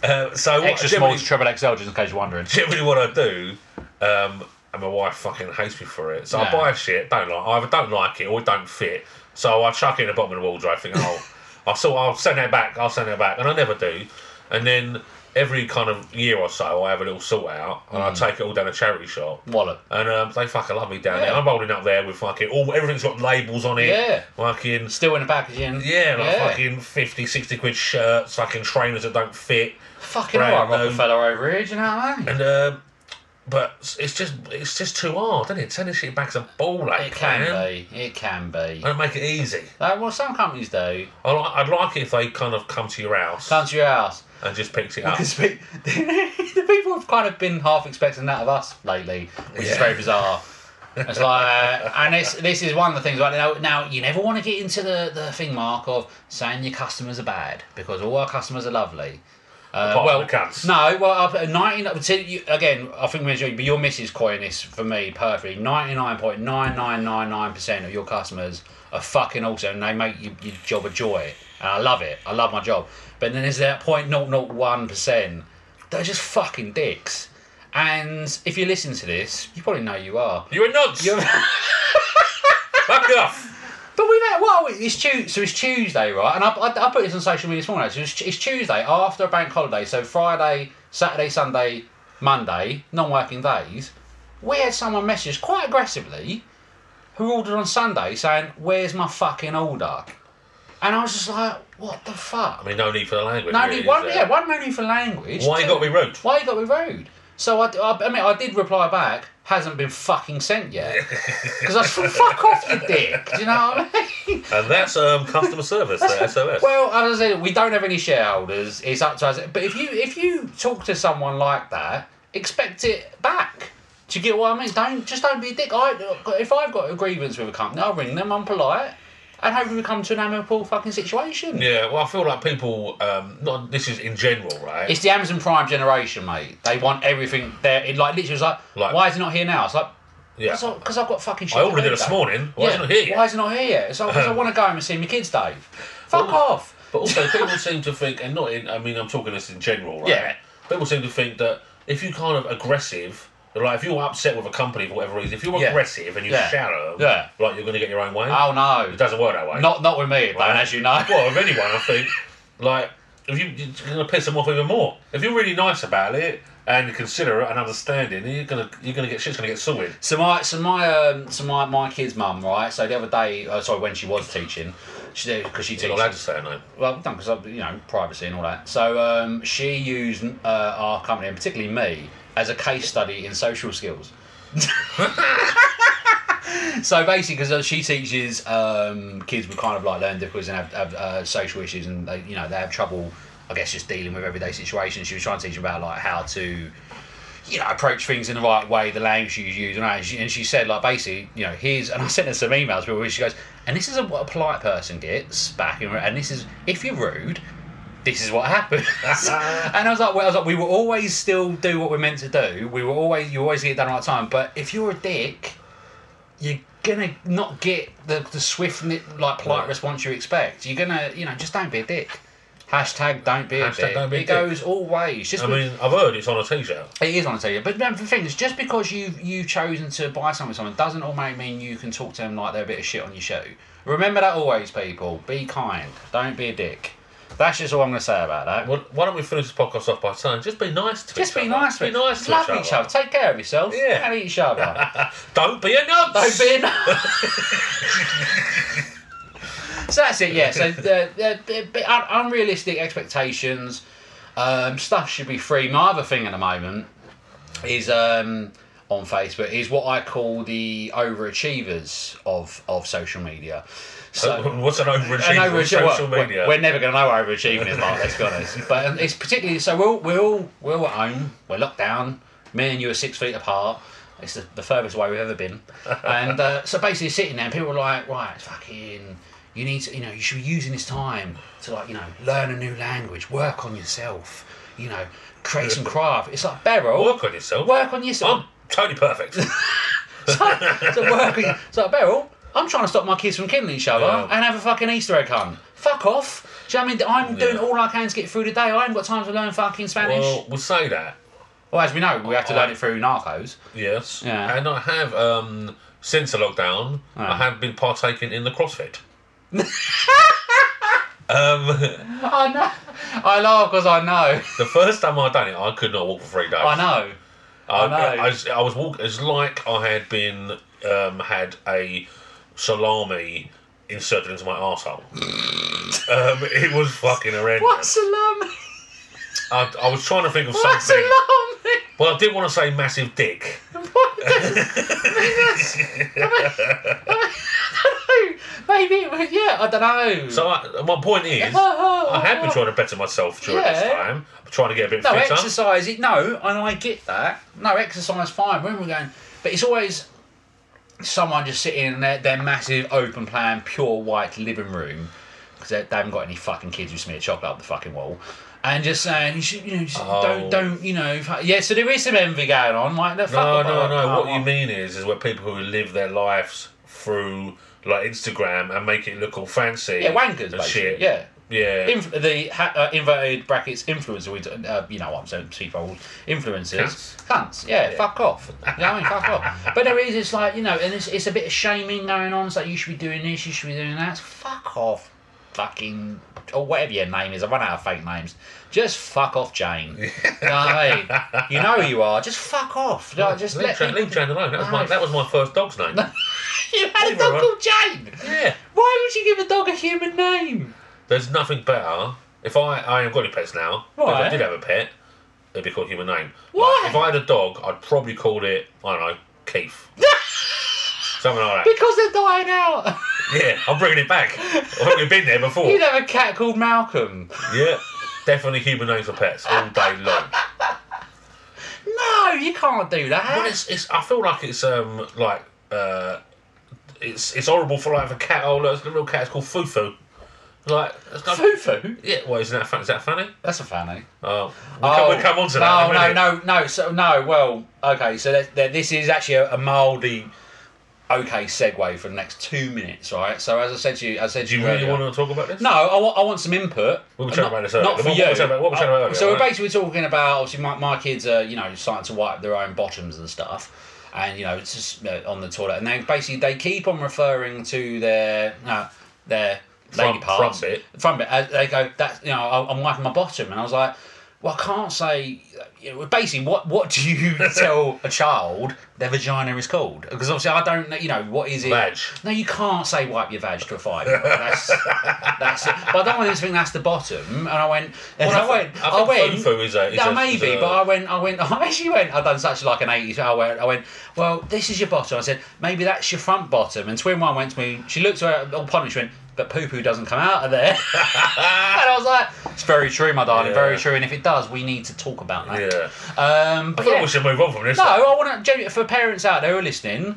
[SPEAKER 1] uh, so what-
[SPEAKER 2] Extra small
[SPEAKER 1] generally-
[SPEAKER 2] to treble XL, just in case you're wondering.
[SPEAKER 1] generally what I do, um, and my wife fucking hates me for it. So I
[SPEAKER 2] Yeah.
[SPEAKER 1] buy shit, don't like, I either don't like it or it don't fit. So I chuck it in the bottom of the wardrobe, thinking, oh, I'll sort, I'll send that back, I'll send that back, and I never do. And then every kind of year or so, I have a little sort out, and
[SPEAKER 2] Mm.
[SPEAKER 1] I take it all down a charity shop.
[SPEAKER 2] Wallop.
[SPEAKER 1] And um, they fucking love me down there.
[SPEAKER 2] Yeah.
[SPEAKER 1] I'm rolling up there with fucking all everything's got labels on it.
[SPEAKER 2] Yeah.
[SPEAKER 1] Fucking
[SPEAKER 2] Still in the packaging.
[SPEAKER 1] yeah, like fucking 50, 60 quid shirts, fucking trainers that don't fit.
[SPEAKER 2] Fucking
[SPEAKER 1] brand
[SPEAKER 2] alright,
[SPEAKER 1] name.
[SPEAKER 2] Rockefeller over here, do you know what I mean?
[SPEAKER 1] And um, but it's just it's just too hard, isn't it? Sending shit back's a ball ache,
[SPEAKER 2] It can
[SPEAKER 1] man.
[SPEAKER 2] be. It can be.
[SPEAKER 1] I don't make it easy.
[SPEAKER 2] Like, well, some companies do.
[SPEAKER 1] I li- I'd like it if they kind of come to your house
[SPEAKER 2] Come to your house.
[SPEAKER 1] and just picked it up.
[SPEAKER 2] Because we, the people have kind of been half expecting that of us lately, which is very bizarre.
[SPEAKER 4] It's like, uh, and this this is one of the things. Like now, now you never want to get into the, the thing mark of saying your customers are bad because all our customers are lovely. Uh,
[SPEAKER 1] Apart from
[SPEAKER 4] well,
[SPEAKER 1] the cunts.
[SPEAKER 4] no, well, up at nineteen. up to- you- Again, I think we but your missus coined this for me perfectly. Ninety nine point nine nine nine nine percent of your customers are fucking awesome, and they make you, your job a joy. And I love it. I love my job. But then there's that point naught naught one percent. They're just fucking dicks. And if you listen to this, you probably know you are.
[SPEAKER 1] You're a nuts. Back off.
[SPEAKER 4] But we've had, well, it's Tuesday, so it's Tuesday, right? And I, I, I put this on social media this morning. So it's, it's Tuesday after a bank holiday, so Friday, Saturday, Sunday, Monday, non-working days. We had someone message quite aggressively, who ordered on Sunday, saying, "Where's my fucking order?" And I was just like, "What the
[SPEAKER 1] I
[SPEAKER 4] fuck?"
[SPEAKER 1] mean, no need for the language.
[SPEAKER 4] No,
[SPEAKER 1] really,
[SPEAKER 4] need
[SPEAKER 1] is
[SPEAKER 4] one,
[SPEAKER 1] there?
[SPEAKER 4] yeah, one no need for language.
[SPEAKER 1] Why you
[SPEAKER 4] Two-
[SPEAKER 1] gotta be rude?
[SPEAKER 4] Why you got to be rude? So I, I, I mean, I did reply back. Hasn't been fucking sent yet. Because I was like, fuck off, you dick. Do you know what I mean?
[SPEAKER 1] And that's um, customer service, uh, SOS.
[SPEAKER 4] Well, as I said, we don't have any shareholders. It's up to us. But if you if you talk to someone like that, expect it back. Do you get what I mean? Don't just don't be a dick. I if I've got a grievance with a company, I'll ring them. I'm polite, and hopefully we come to an amicable fucking situation.
[SPEAKER 1] yeah, well, I feel like people, um, not this is in general, right?
[SPEAKER 4] It's the Amazon Prime generation, mate. They want everything there. It like literally was like,
[SPEAKER 1] Like-
[SPEAKER 4] why is it not here now? It's like.
[SPEAKER 1] yeah.
[SPEAKER 4] Because I've got fucking shit.
[SPEAKER 1] I
[SPEAKER 4] to
[SPEAKER 1] ordered
[SPEAKER 4] do
[SPEAKER 1] it this
[SPEAKER 4] though.
[SPEAKER 1] morning. Why is it not here yet?
[SPEAKER 4] Why is it not here yet? It's because I want to go home and see my kids, Dave. Fuck off.
[SPEAKER 1] But also, people seem to think, and not in, I mean, I'm talking this in general, right?
[SPEAKER 4] Yeah.
[SPEAKER 1] People seem to think that if you're kind of aggressive, like if you're upset with a company for whatever reason, if you're
[SPEAKER 4] Yeah.
[SPEAKER 1] aggressive and you
[SPEAKER 4] Yeah.
[SPEAKER 1] shout at them,
[SPEAKER 4] Yeah.
[SPEAKER 1] like you're going to get your own way.
[SPEAKER 4] Oh no.
[SPEAKER 1] It doesn't work that way.
[SPEAKER 4] Not not with me,
[SPEAKER 1] Right?
[SPEAKER 4] Dan, as you know.
[SPEAKER 1] Well, if anyone, I think, like, if you, you're going to piss them off even more. If you're really nice about it and considerate and understanding, you're going to you're going to get shit's going to get sorted.
[SPEAKER 4] So my so my um, so my, my kid's mum, right? So the other day, uh, sorry, when she was teaching, she because she
[SPEAKER 1] You're not allowed to
[SPEAKER 4] teaches.
[SPEAKER 1] say her name.
[SPEAKER 4] Well, no, because you know privacy and all that. So um, she used uh, our company and particularly me as a case study in social skills. so basically, because she teaches um, kids with kind of like learning difficulties and have, have uh, social issues, and they, you know they have trouble, I guess, just dealing with everyday situations. She was trying to teach them about like how to you know, approach things in the right way, the language you use, and, all that. and, she, and she said, like, basically, you know, here's, and I sent her some emails where she goes, and this is what a polite person gets back, in, and this is, if you're rude, this is what happens. and I was like, well, I was like, we will always still do what we're meant to do. We will always, you always get it done right time. But if you're a dick, you're gonna not get the, the swift, like, polite response you expect. You're gonna, you know, just don't be a dick. Hashtag don't be a
[SPEAKER 1] Hashtag
[SPEAKER 4] dick.
[SPEAKER 1] don't be a
[SPEAKER 4] it
[SPEAKER 1] dick.
[SPEAKER 4] goes all ways. Just
[SPEAKER 1] I mean, I've heard it's on a t-shirt.
[SPEAKER 4] it is on a table, but remember the thing is, just because you you've chosen to buy something with someone doesn't automatically mean you can talk to them like they're a bit of shit on your show. Remember that always, people. Be kind. Don't be a dick. That's just all I'm going to say about that.
[SPEAKER 1] Well, why don't we finish this podcast off by saying, just be nice to
[SPEAKER 4] just
[SPEAKER 1] each
[SPEAKER 4] be
[SPEAKER 1] other.
[SPEAKER 4] nice.
[SPEAKER 1] Be
[SPEAKER 4] with-
[SPEAKER 1] nice to
[SPEAKER 4] Love
[SPEAKER 1] each other.
[SPEAKER 4] each other. Take care of yourself.
[SPEAKER 1] Yeah.
[SPEAKER 4] And each other.
[SPEAKER 1] Don't be a nut.
[SPEAKER 4] Don't be a nut. so that's it. Yeah. So the, the, the, the un- unrealistic expectations. Um, stuff should be free. My other thing at the moment is um, on Facebook is what I call the overachievers of of social media. So.
[SPEAKER 1] What's an
[SPEAKER 4] And
[SPEAKER 1] overachiever on
[SPEAKER 4] overachie- well,
[SPEAKER 1] social
[SPEAKER 4] we're-
[SPEAKER 1] media?
[SPEAKER 4] We're never going to know what overachieving is like. Let's be honest. But um, it's particularly so. We're all, we're all we're all at home. We're locked down. Me and you are six feet apart. It's the, the furthest away we've ever been. And uh, so basically sitting there, and people are like, right, fucking. You need to, you know, you should be using this time to like, you know, learn a new language, work on yourself, you know, create some craft. It's like Beryl.
[SPEAKER 1] Work on yourself.
[SPEAKER 4] Work on yourself.
[SPEAKER 1] I'm totally perfect.
[SPEAKER 4] So, so working. So Beryl, I'm trying to stop my kids from killing each other
[SPEAKER 1] Yeah.
[SPEAKER 4] and have a fucking Easter egg hunt. Fuck off. Do you know what I mean? I'm doing all I can to get through the day. I haven't got time to learn fucking Spanish.
[SPEAKER 1] well,
[SPEAKER 4] Well,
[SPEAKER 1] we'll say that.
[SPEAKER 4] as we know, we have to learn it through Narcos.
[SPEAKER 1] Yes.
[SPEAKER 4] Yeah.
[SPEAKER 1] And I have, um, since the lockdown, I have been partaking in the CrossFit. um,
[SPEAKER 4] I know. I laugh because I know.
[SPEAKER 1] the first time I done it, I could not walk for three days.
[SPEAKER 4] I know.
[SPEAKER 1] I,
[SPEAKER 4] know.
[SPEAKER 1] I, was, I was walk. It's like I had been um, had a salami inserted into my arsehole. um, it was fucking horrendous.
[SPEAKER 4] What's salami?
[SPEAKER 1] I, I was trying to think of
[SPEAKER 4] What's
[SPEAKER 1] something.
[SPEAKER 4] salami?
[SPEAKER 1] Well, I didn't want to say massive dick.
[SPEAKER 4] Maybe it was, yeah, I don't know.
[SPEAKER 1] So I, my point is, I have been trying to better myself during this
[SPEAKER 4] Yeah.
[SPEAKER 1] time. I'm trying to get a bit
[SPEAKER 4] No,
[SPEAKER 1] fitter.
[SPEAKER 4] exercise. It, no, and I get that. No, exercise, fine. When we're going, but it's always someone just sitting in their, their massive open plan, pure white living room because they, they haven't got any fucking kids who smear chocolate up the fucking wall. And just saying, you should, you know, just
[SPEAKER 1] Oh.
[SPEAKER 4] don't, don't, you know, fu- yeah. So there is some envy going on, like the
[SPEAKER 1] No,
[SPEAKER 4] fuck
[SPEAKER 1] no, no.
[SPEAKER 4] oh,
[SPEAKER 1] What you mean is, is where people who live their lives through like Instagram and make it look all fancy.
[SPEAKER 4] Yeah, wankers,
[SPEAKER 1] and
[SPEAKER 4] basically.
[SPEAKER 1] shit.
[SPEAKER 4] Yeah.
[SPEAKER 1] yeah.
[SPEAKER 4] Inf- the ha- uh, inverted brackets influencers, we d- uh, you know what I'm saying, twofold influencers, cunts, yeah, fuck off. You know what I mean, fuck off. But there is, it's like you know, and it's, it's a bit of shaming going on. It's like you should be doing this, you should be doing that. Fuck off, fucking or whatever your name is. I've run out of fake names. Just fuck off, Jane. you know what I mean? You know who you are. Just fuck off. Like, just
[SPEAKER 1] leave,
[SPEAKER 4] let
[SPEAKER 1] Jan,
[SPEAKER 4] people.
[SPEAKER 1] leave Jan alone. That was my
[SPEAKER 4] No.
[SPEAKER 1] that was my first dog's name.
[SPEAKER 4] You had a
[SPEAKER 1] Leave her
[SPEAKER 4] dog
[SPEAKER 1] alone.
[SPEAKER 4] called Jane.
[SPEAKER 1] Yeah.
[SPEAKER 4] Why would you give a dog a human name?
[SPEAKER 1] There's nothing better. If I I haven't got any pets now, but if I
[SPEAKER 4] Right.
[SPEAKER 1] did have a pet, it'd be called human name.
[SPEAKER 4] Why?
[SPEAKER 1] Like, if I had a dog, I'd probably call it I don't know Keith. Something like that.
[SPEAKER 4] Because they're dying out.
[SPEAKER 1] Yeah, I'm bringing it back. I've only been there before.
[SPEAKER 4] You'd have a cat called Malcolm.
[SPEAKER 1] Yeah, definitely human names for pets all day long.
[SPEAKER 4] No, you can't do that.
[SPEAKER 1] Well, it's, it's I feel like it's um like uh it's it's horrible for like if a cat. Oh look, the real cat is called Fufu. Like it's not,
[SPEAKER 4] Fufu?
[SPEAKER 1] Yeah, well, isn't that funny? Is that funny?
[SPEAKER 4] That's a funny.
[SPEAKER 1] Oh, we'll, come, we'll come on to that.
[SPEAKER 4] no,
[SPEAKER 1] in a minute.
[SPEAKER 4] Oh, no, no, no. So no. Well, okay. So that, that, this is actually a, a mildly okay segue for the next two minutes, right? So as I said to you, I said
[SPEAKER 1] Do you
[SPEAKER 4] to
[SPEAKER 1] really
[SPEAKER 4] earlier-
[SPEAKER 1] want to talk about this?
[SPEAKER 4] No, I want, I want some input.
[SPEAKER 1] We were chatting
[SPEAKER 4] Not-
[SPEAKER 1] about this earlier.
[SPEAKER 4] Not
[SPEAKER 1] What
[SPEAKER 4] for
[SPEAKER 1] we-
[SPEAKER 4] you.
[SPEAKER 1] what we chatting about- what we chatting about earlier,
[SPEAKER 4] so we're
[SPEAKER 1] right?
[SPEAKER 4] basically talking about obviously my, my kids are you know starting to wipe their own bottoms and stuff, and you know it's just uh, on the toilet, and they basically they keep on referring to their no their lady
[SPEAKER 1] Front-
[SPEAKER 4] parts
[SPEAKER 1] front bit.
[SPEAKER 4] front bit. As they go that's you know I- I'm wiping my bottom, and I was like. Well, I can't say. You know, basically, what what do you tell a child their vagina is called? Because obviously, I don't. know, You know, what is it?
[SPEAKER 1] Vag.
[SPEAKER 4] No, you can't say wipe your vag to a five. That's that's it. But I don't want them to think that's the bottom. And I went, and
[SPEAKER 1] Well, I
[SPEAKER 4] I, went,
[SPEAKER 1] think- I
[SPEAKER 4] I,
[SPEAKER 1] think
[SPEAKER 4] went.
[SPEAKER 1] fufu is a- is a-
[SPEAKER 4] no,
[SPEAKER 1] is
[SPEAKER 4] maybe,
[SPEAKER 1] a-
[SPEAKER 4] but I went, I went. I actually went. I done such like an eighties. I went, I went. Well, this is your bottom. I said maybe that's your front bottom. And twin one went to me. She looked at her all punished. She went, but poo poo doesn't come out of there. and I was like, it's very true, my darling. Very
[SPEAKER 1] Yeah.
[SPEAKER 4] true. And if it does, we need to talk about that.
[SPEAKER 1] Yeah.
[SPEAKER 4] Um,
[SPEAKER 1] I
[SPEAKER 4] but
[SPEAKER 1] thought
[SPEAKER 4] yeah.
[SPEAKER 1] we should move on from this.
[SPEAKER 4] No, I want to. For parents out there who are listening,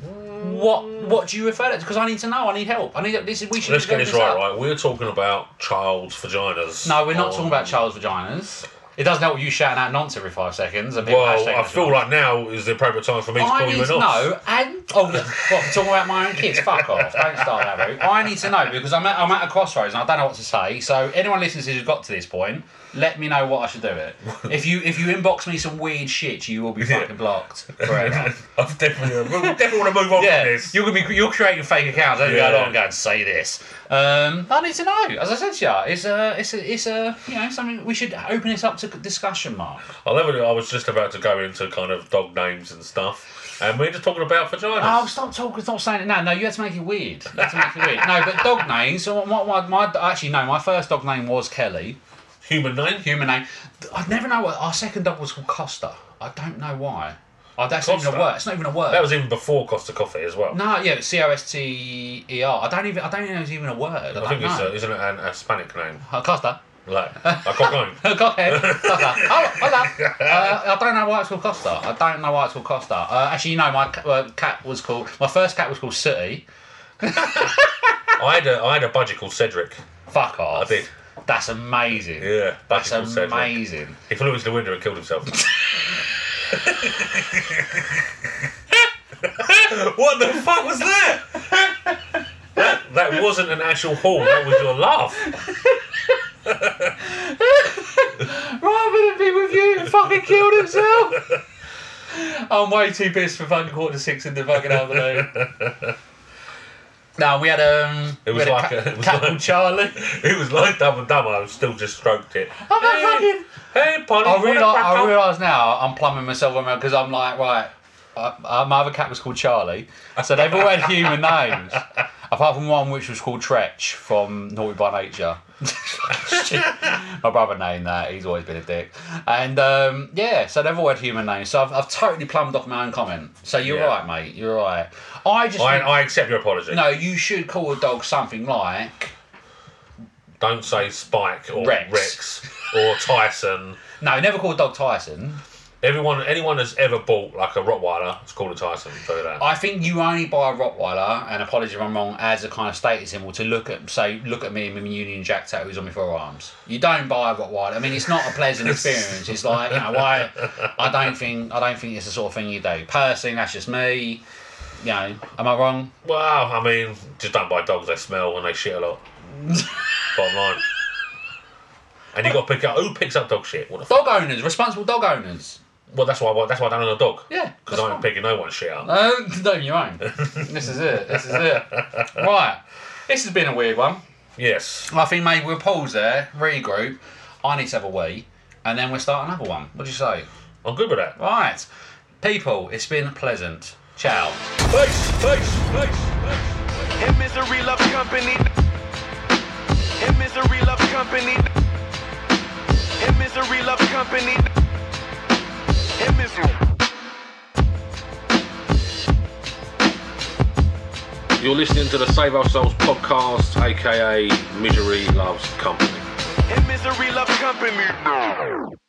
[SPEAKER 4] what what do you refer to? Because I need to know. I need help. I need this. is- We should.
[SPEAKER 1] Let's get
[SPEAKER 4] look
[SPEAKER 1] this right, Oh.
[SPEAKER 4] up.
[SPEAKER 1] right? We're talking about child's vaginas. Um,
[SPEAKER 4] No, we're not
[SPEAKER 1] on-
[SPEAKER 4] talking about child's vaginas. It doesn't help you shouting out nonce every five seconds. And people
[SPEAKER 1] Well,
[SPEAKER 4] hashtagging
[SPEAKER 1] I
[SPEAKER 4] us
[SPEAKER 1] feel
[SPEAKER 4] with
[SPEAKER 1] like now is the appropriate time for me to
[SPEAKER 4] I
[SPEAKER 1] call
[SPEAKER 4] need
[SPEAKER 1] you an
[SPEAKER 4] to
[SPEAKER 1] off.
[SPEAKER 4] know, and oh, look, what, I'm talking about my own kids. Fuck off! Don't start that route. I need to know because I'm at, I'm at a crossroads and I don't know what to say. So anyone listening who's got to this point, let me know what I should do. It if you if you inbox me some weird shit, you will be fucking blocked forever.
[SPEAKER 1] I've definitely, we definitely want to move on
[SPEAKER 4] Yeah,
[SPEAKER 1] from this.
[SPEAKER 4] you're gonna be you're creating fake accounts. Don't
[SPEAKER 1] Yeah.
[SPEAKER 4] go along and go and say this. Um, I need to know. As I said to you, it's a it's a it's a you know something we should open this up to discussion, Mark.
[SPEAKER 1] I love it. I was just about to go into kind of dog names and stuff, and we're just talking about vaginas.
[SPEAKER 4] Oh, stop talking! Stop saying it now. No, you had to make it weird. You had to make it weird. No, but dog names. So my, my, my actually no, my first dog name was Kelly.
[SPEAKER 1] Human name.
[SPEAKER 4] Human name. I never know what our second dog was called Costa. I don't know why. Oh, that's not even
[SPEAKER 1] Costa?
[SPEAKER 4] a word. It's not even a word.
[SPEAKER 1] That was even before Costa Coffee as well.
[SPEAKER 4] no, yeah, C O S T E R. I don't even. I don't even know it's even a word. I,
[SPEAKER 1] I
[SPEAKER 4] don't
[SPEAKER 1] think it's a,
[SPEAKER 4] know.
[SPEAKER 1] isn't it an Hispanic name?
[SPEAKER 4] Uh, Costa.
[SPEAKER 1] Like a cock name.
[SPEAKER 4] Go ahead. Costa. Hold hold on. Uh, I don't know why it's called Costa. I don't know why it's called Costa. Uh, actually, no, my ca- uh, cat was called. My first cat was called Sooty.
[SPEAKER 1] I had a I had a budgie called Cedric.
[SPEAKER 4] Fuck off.
[SPEAKER 1] I did.
[SPEAKER 4] That's amazing.
[SPEAKER 1] Yeah,
[SPEAKER 4] That's
[SPEAKER 1] Magical Cedric.
[SPEAKER 4] amazing.
[SPEAKER 1] He flew into the window and killed himself. what the fuck was that? that? That wasn't an actual horn. That was your laugh.
[SPEAKER 4] Rather than be with you, he fucking killed himself. I'm way too pissed for fucking quarter to six in the fucking afternoon. No, we had um.
[SPEAKER 1] It
[SPEAKER 4] we
[SPEAKER 1] was
[SPEAKER 4] had
[SPEAKER 1] like
[SPEAKER 4] a,
[SPEAKER 1] a-
[SPEAKER 4] ca-
[SPEAKER 1] it was
[SPEAKER 4] cat
[SPEAKER 1] like-
[SPEAKER 4] called Charlie.
[SPEAKER 1] It was like Dumb and Dumber. I still just stroked it.
[SPEAKER 4] I'm not fucking-
[SPEAKER 1] Hey, Polly.
[SPEAKER 4] I
[SPEAKER 1] you wanna
[SPEAKER 4] realise,
[SPEAKER 1] crack
[SPEAKER 4] I
[SPEAKER 1] on?
[SPEAKER 4] realise now I'm plumbing myself around because I'm like, right, uh, uh, my other cat was called Charlie, so they've all had human names, apart from one which was called Tretch from Naughty by Nature. my brother named that, he's always been a dick. And um, yeah, so they've all had human names, so I've, I've totally plumbed off my own comment. So you're
[SPEAKER 1] Yeah.
[SPEAKER 4] right, mate, you're right. I just.
[SPEAKER 1] I,
[SPEAKER 4] think-
[SPEAKER 1] I accept your apology.
[SPEAKER 4] no, you should call a dog something like.
[SPEAKER 1] Don't say Spike or Rex,
[SPEAKER 4] Rex.
[SPEAKER 1] or Tyson.
[SPEAKER 4] No, never call a dog Tyson.
[SPEAKER 1] Everyone, anyone that's ever bought like a Rottweiler, it's called a Tyson. So that.
[SPEAKER 4] I think you only buy a Rottweiler, and apologies if I'm wrong, as a kind of status symbol to look at, say, look at me and my Union Jack tattoos on my forearms. You don't buy a Rottweiler. I mean, it's not a pleasant experience. It's like you know why I don't think I don't think it's the sort of thing you do. Personally, that's just me. You know, am I wrong?
[SPEAKER 1] well, I mean, just don't buy dogs. They smell and they shit a lot. Bottom line. And you got to pick up who picks up dog shit. What the fuck?
[SPEAKER 4] Dog owners, responsible dog owners.
[SPEAKER 1] Well, that's why. That's why I don't own a dog.
[SPEAKER 4] Yeah,
[SPEAKER 1] Because
[SPEAKER 4] that's
[SPEAKER 1] I ain't
[SPEAKER 4] fine.
[SPEAKER 1] picking no one's shit up.
[SPEAKER 4] Uh, no, you ain't. this is it. This is it. Right. This has been a weird one.
[SPEAKER 1] Yes.
[SPEAKER 4] I think maybe we'll pause there, regroup. I need to have a wee, and then we'll start another one. What do you say?
[SPEAKER 1] I'm good with that.
[SPEAKER 4] Right. People, it's been pleasant. Ciao.
[SPEAKER 1] Face, face, face, face.
[SPEAKER 5] And misery loves company. And misery loves company. And misery loves company. And misery.
[SPEAKER 1] You're listening to the Save Our Souls podcast, aka Misery Loves Company.
[SPEAKER 5] And misery loves company.